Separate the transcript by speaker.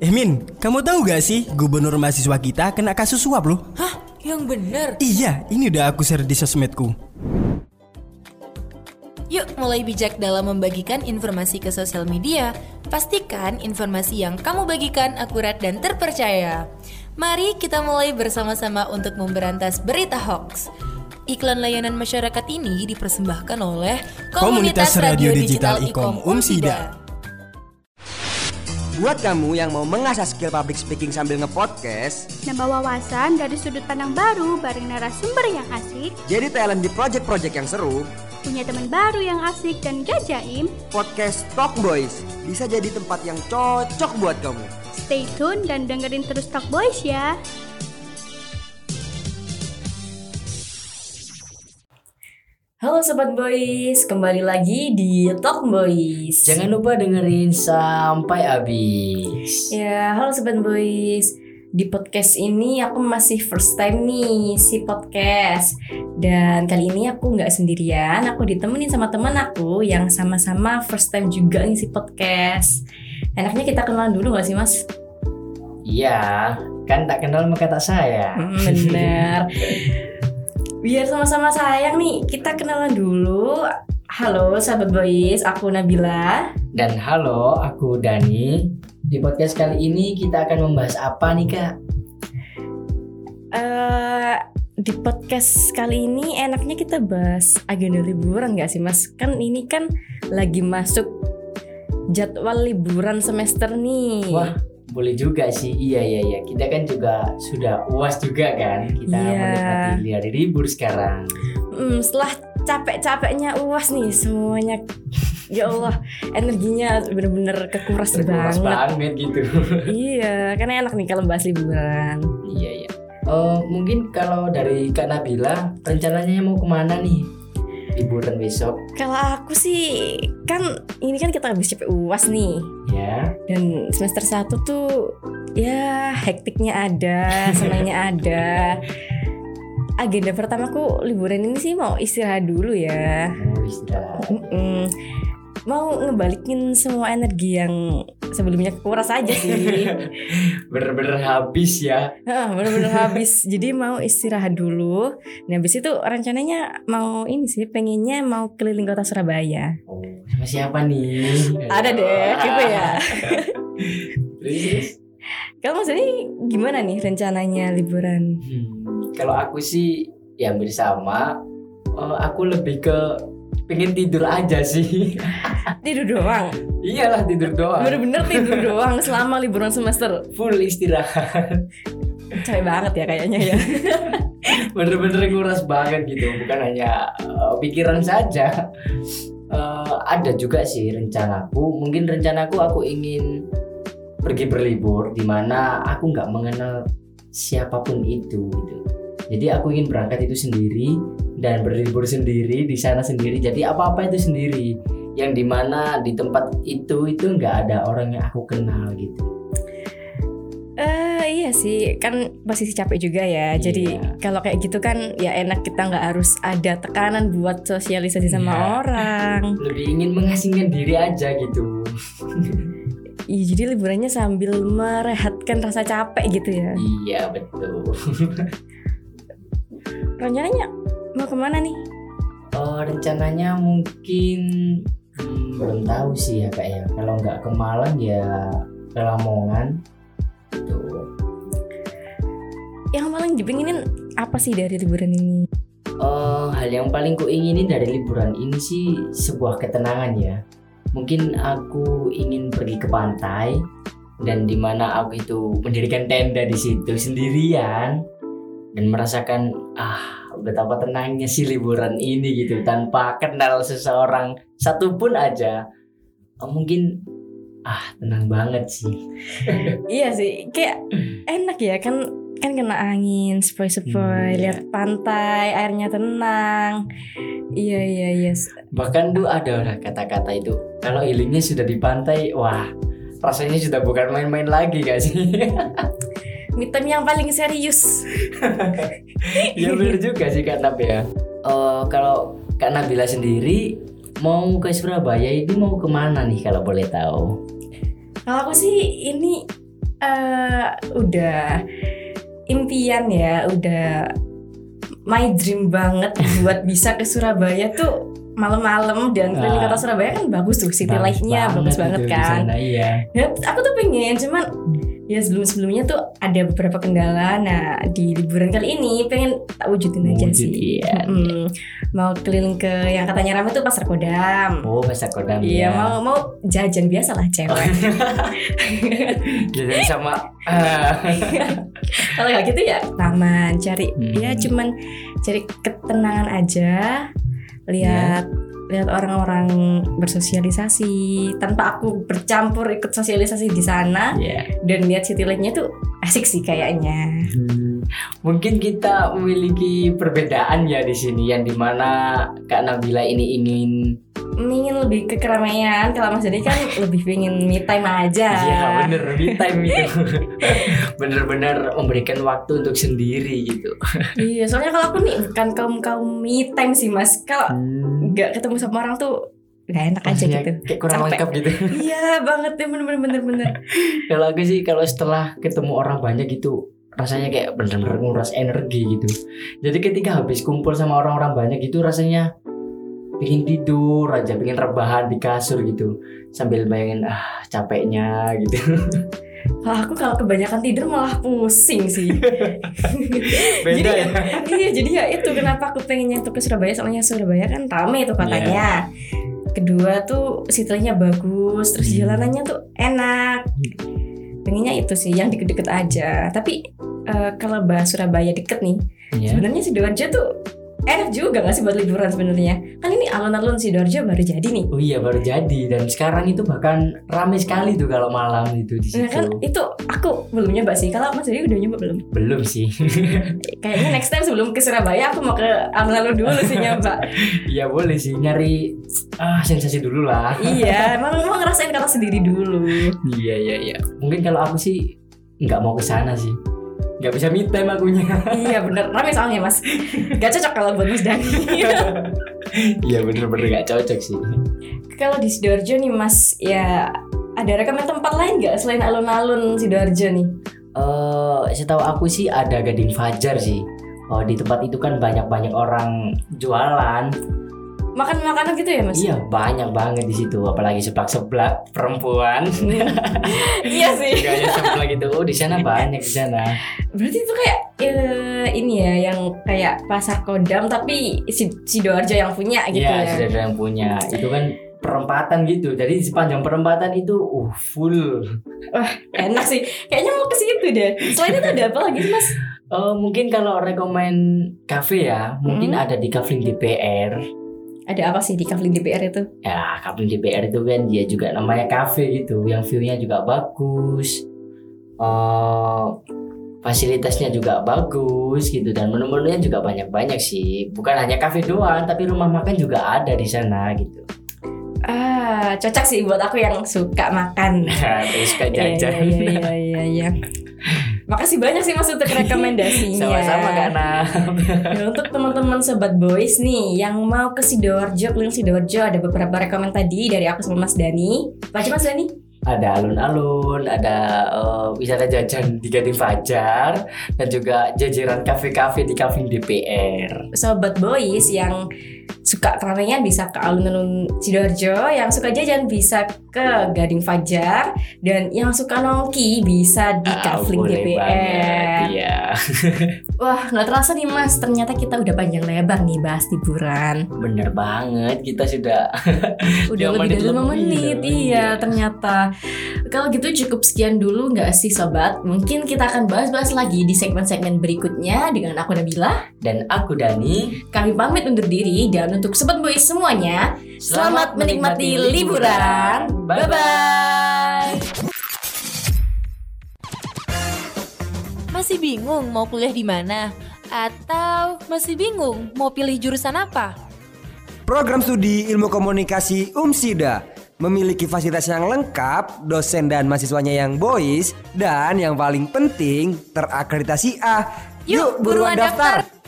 Speaker 1: Eh Min, kamu tahu gak sih gubernur mahasiswa kita kena kasus suap loh?
Speaker 2: Hah? Yang bener?
Speaker 1: Iya, ini udah aku share di sosmedku.
Speaker 2: Yuk mulai bijak dalam membagikan informasi ke sosial media. Pastikan informasi yang kamu bagikan akurat dan terpercaya. Mari kita mulai bersama-sama untuk memberantas berita hoax. Iklan layanan masyarakat ini dipersembahkan oleh
Speaker 1: Komunitas Radio Digital Ikom Umsida.
Speaker 3: Buat kamu yang mau mengasah skill public speaking sambil ngepodcast,
Speaker 4: Nambah wawasan dari sudut pandang baru bareng narasumber yang asik,
Speaker 3: jadi talent di project-project yang seru,
Speaker 4: punya teman baru yang asik dan gajaim.
Speaker 3: podcast Talk Boys bisa jadi tempat yang cocok buat kamu.
Speaker 4: Stay tune dan dengerin terus Talk Boys ya.
Speaker 5: Halo Sobat Boys, kembali lagi di Talk Boys
Speaker 6: Jangan lupa dengerin sampai habis.
Speaker 5: Ya, halo Sobat Boys Di podcast ini aku masih first time nih si podcast Dan kali ini aku nggak sendirian, aku ditemenin sama teman aku yang sama-sama first time juga nih si podcast Enaknya kita kenalan dulu nggak sih mas?
Speaker 6: Iya, kan tak kenal maka tak
Speaker 5: Hmm,
Speaker 6: sayang.
Speaker 5: Bener Biar sama-sama sayang nih, kita kenalan dulu Halo Sobat Boys, aku Nabila
Speaker 6: Dan halo, aku Dani. Di podcast kali ini kita akan membahas apa nih kak?
Speaker 5: eh di podcast kali ini enaknya kita bahas agenda liburan gak sih mas? Kan ini kan lagi masuk jadwal liburan semester nih.
Speaker 6: Wah, boleh juga sih. Iya iya iya. Kita kan juga sudah uas juga kan. Kita
Speaker 5: Iya.
Speaker 6: menikmati hari libur sekarang.
Speaker 5: Hmm, setelah capek-capeknya uas nih semuanya. Ya Allah, energinya bener-bener kekuras
Speaker 6: Terkuras
Speaker 5: banget.
Speaker 6: banget gitu.
Speaker 5: Iya, karena enak nih kalau bahas liburan.
Speaker 6: iya iya. Eh, mungkin kalau dari Kak Nabila rencananya mau kemana nih liburan besok?
Speaker 5: Kalau aku sih kan ini kan kita habis capek uas nih.
Speaker 6: Ya.
Speaker 5: dan semester 1 tuh ya hektiknya ada, senangnya ada. Agenda pertamaku liburan ini sih mau istirahat dulu ya.
Speaker 6: Mau istirahat.
Speaker 5: Mm-mm. Mau ngebalikin semua energi yang sebelumnya kekuras aja sih.
Speaker 6: bener-bener habis ya
Speaker 5: Heeh, Bener-bener habis. Jadi mau istirahat dulu. Nah habis itu rencananya mau ini sih pengennya mau keliling kota Surabaya.
Speaker 6: oh, sama siapa nih
Speaker 5: Ada deh, gitu ya.
Speaker 6: Terus,
Speaker 5: Kalau maksudnya gimana nih rencananya liburan?
Speaker 6: hmm, kalau aku sih ya hampir sama Eh, aku lebih ke pengen tidur aja sih
Speaker 5: Tidur doang.
Speaker 6: iyalah tidur doang
Speaker 5: Bener-bener tidur doang selama liburan semester
Speaker 6: full istirahat
Speaker 5: Capek banget ya kayaknya ya
Speaker 6: bener-bener nguras banget gitu bukan hanya eh, pikiran saja Eh, ada juga sih rencanaku mungkin rencanaku aku ingin pergi berlibur di mana aku nggak mengenal siapapun itu gitu jadi aku ingin berangkat itu sendiri dan berlibur sendiri di sana sendiri jadi apa apa itu sendiri yang dimana di tempat itu itu nggak ada orang yang aku kenal gitu
Speaker 5: Eh Iya sih kan posisi capek juga ya
Speaker 6: Iya.
Speaker 5: Jadi kalau kayak gitu kan ya enak kita nggak harus ada tekanan buat sosialisasi sama
Speaker 6: Iya.
Speaker 5: orang
Speaker 6: lebih ingin mengasingkan diri aja gitu
Speaker 5: Iya Jadi liburannya sambil merehatkan rasa capek gitu ya
Speaker 6: iya betul
Speaker 5: Rencananya mau kemana nih?
Speaker 6: Oh, rencananya mungkin hmm, belum tahu sih ya kak ya. Kalau nggak ke Malang ya ke Lamongan. Tuh.
Speaker 5: Yang paling dipinginin apa sih dari liburan ini?
Speaker 6: Eh, hal yang paling kuinginin dari liburan ini sih sebuah ketenangan ya. Mungkin aku ingin pergi ke pantai dan dimana aku itu mendirikan tenda di situ sendirian dan merasakan ah betapa tenangnya sih liburan ini gitu tanpa kenal seseorang satupun aja Eh, mungkin ah tenang banget sih
Speaker 5: Iya sih kayak enak ya kan kan kena angin sepoi-sepoi
Speaker 6: Hmm, iya.
Speaker 5: lihat pantai airnya tenang iya iya iya
Speaker 6: bahkan tuh ada lah kata-kata itu kalau healingnya sudah di pantai wah rasanya sudah bukan main-main lagi gak sih
Speaker 5: me time yang paling serius
Speaker 6: ya bener juga sih Kak Nab ya Eh, Kalau Kak Nabila sendiri Mau ke Surabaya ini mau kemana nih kalau boleh tahu
Speaker 5: kalau aku sih ini eh, udah impian ya, udah my dream banget buat bisa ke Surabaya tuh malam-malam dan keliling kota Surabaya kan bagus tuh city life-nya bagus banget
Speaker 6: itu di
Speaker 5: kan.
Speaker 6: sana, iya.
Speaker 5: Ya, aku tuh pengen cuman ya sebelum sebelumnya tuh ada beberapa kendala nah di liburan kali ini pengen tak wujudin aja
Speaker 6: Wujud,
Speaker 5: sih
Speaker 6: iya.
Speaker 5: Mm-mm. mau keliling ke yang katanya ramai tuh pasar kodam
Speaker 6: Oh, bahasa kodam.
Speaker 5: Iya
Speaker 6: ya.
Speaker 5: mau mau jajan biasa lah cewek
Speaker 6: Jadi sama eh,
Speaker 5: kalau nggak gitu ya taman cari
Speaker 6: Hmm.
Speaker 5: ya cuman cari ketenangan aja lihat lihat orang-orang bersosialisasi tanpa aku bercampur ikut sosialisasi di sana
Speaker 6: ya.
Speaker 5: dan lihat city life-nya tuh asik sih kayaknya
Speaker 6: Hmm, Mungkin kita memiliki perbedaan ya di sini yang dimana Kak Nabila ini ingin
Speaker 5: ingin lebih ke keramaian kalau mas Dani kan lebih pengen me time aja
Speaker 6: Iya bener me time itu bener-bener memberikan waktu untuk sendiri gitu.
Speaker 5: Iya, soalnya kalau aku nih bukan kaum kaum me time sih mas kalau
Speaker 6: Hmm,
Speaker 5: nggak ketemu sama orang tuh nggak enak aja
Speaker 6: rasanya
Speaker 5: gitu
Speaker 6: Kayak kurang
Speaker 5: Capek.
Speaker 6: lengkap gitu.
Speaker 5: iya banget ya bener bener bener bener
Speaker 6: Kalau aku sih kalau setelah ketemu orang banyak gitu rasanya kayak bener-bener nguras energi gitu. Jadi ketika habis kumpul sama orang-orang banyak gitu rasanya pingin tidur aja, pingin rebahan di kasur gitu sambil bayangin ah capeknya gitu.
Speaker 5: kalau aku kalau kebanyakan tidur malah pusing sih
Speaker 6: Beda
Speaker 5: jadi,
Speaker 6: ya.
Speaker 5: iya jadi ya itu kenapa aku pengen nyentuh ke Surabaya soalnya Surabaya kan ramai itu kotanya
Speaker 6: Iya.
Speaker 5: kedua tuh situnya bagus terus
Speaker 6: Hmm.
Speaker 5: jalanannya tuh enak pengennya itu sih yang deket-deket aja tapi eh, kalau bahas Surabaya deket nih
Speaker 6: Iya.
Speaker 5: sebenarnya sidoarjo tuh enak juga gak sih buat liburan sebenarnya kan ini alun-alun sidoarjo baru jadi nih
Speaker 6: Oh iya baru jadi dan sekarang itu bahkan rame sekali tuh kalau malam itu di
Speaker 5: Nah
Speaker 6: situ.
Speaker 5: kan itu aku belum nyoba sih Kalau Mas Dodi udah nyoba belum?
Speaker 6: Belum sih.
Speaker 5: Kayaknya next time sebelum ke Surabaya Aku mau ke alun-alun dulu sih nyoba
Speaker 6: Iya boleh sih nyari ah sensasi dulu lah.
Speaker 5: Iya mau, mau ngerasain kata sendiri dulu
Speaker 6: Iya iya iya. Mungkin kalau aku sih nggak mau ke sana sih. Nggak bisa me time akunya.
Speaker 5: Iya bener Rame soalnya mas Gak cocok kalau buat Mas Dani
Speaker 6: Iya bener-bener nggak cocok sih.
Speaker 5: Kalau di Sidoarjo nih mas Ya ada rekomend tempat lain gak selain alun-alun Sidoarjo nih?
Speaker 6: Eh setahu aku sih ada Gading Fajar sih. Oh di tempat itu kan banyak-banyak orang jualan.
Speaker 5: Makan-makanan gitu ya mas?
Speaker 6: Iya banyak banget di situ. Apalagi seblak-seblak perempuan.
Speaker 5: Iya sih
Speaker 6: Gaya seblak gitu. Oh di sana banyak di sana.
Speaker 5: Berarti itu kayak eh, ini ya yang kayak pasar kodam tapi si Sidoarjo yang punya gitu
Speaker 6: Iya
Speaker 5: ya.
Speaker 6: sudah ada yang punya. Itu kan perempatan gitu. Jadi di sepanjang perempatan itu uh full.
Speaker 5: Enak sih. Kayaknya mau ke situ deh. Selain itu ada apa lagi sih, Mas?
Speaker 6: Eh, mungkin kalau rekomend cafe ya, mungkin ada di Kavling DPR.
Speaker 5: Ada apa sih di Kavling DPR itu?
Speaker 6: Ya, Kavling DPR itu kan dia juga namanya cafe gitu, yang view-nya juga bagus. Eh, fasilitasnya juga bagus gitu dan menu-menunya juga banyak-banyak sih. Bukan hanya cafe doang, tapi rumah makan juga ada di sana gitu.
Speaker 5: Ah, cocok sih buat aku yang suka makan.
Speaker 6: Terus kan
Speaker 5: Iya,
Speaker 6: jajan.
Speaker 5: Iya, iya, iya, iya, iya. Makasih banyak sih Mas untuk rekomendasinya.
Speaker 6: Sama-sama Kak Naf.
Speaker 5: Nah, untuk teman-teman sobat boys nih yang mau ke Sidoarjo, keliling Sidoarjo ada beberapa rekomend tadi dari aku sama Mas Dani. Apa aja Mas Dani?
Speaker 6: ada alun-alun, ada eh, wisata jajan di Gading Fajar, dan juga jajaran kafe-kafe di Kaving DPR.
Speaker 5: sobat boys yang suka keramaian bisa ke alun-alun Sidoarjo, yang suka jajan bisa ke Gading Fajar, dan yang suka nongki bisa di
Speaker 6: Ah,
Speaker 5: Kavling
Speaker 6: boleh banget,
Speaker 5: DPR.
Speaker 6: Iya,
Speaker 5: Wah, nggak terasa nih mas, ternyata kita udah panjang lebar nih bahas liburan.
Speaker 6: bener banget. Kita sudah
Speaker 5: Udah
Speaker 6: Dua
Speaker 5: lebih
Speaker 6: menit
Speaker 5: dari lima
Speaker 6: lebih
Speaker 5: menit,
Speaker 6: loh,
Speaker 5: iya
Speaker 6: iya.
Speaker 5: ternyata. Kalau gitu cukup sekian dulu nggak sih sobat? Mungkin kita akan bahas-bahas lagi di segmen-segmen berikutnya dengan aku Nabila.
Speaker 6: dan aku Dani.
Speaker 5: Kami pamit undur diri dan untuk Sobat Boys semuanya, selamat, menikmati liburan. Bye-bye.
Speaker 2: Masih bingung mau kuliah di mana? Atau masih bingung mau pilih jurusan apa?
Speaker 3: Program studi Ilmu Komunikasi UMSIDA memiliki fasilitas yang lengkap, dosen dan mahasiswanya yang boys, dan yang paling penting terakreditasi Ah, A.
Speaker 2: Yuk, buruan daftar.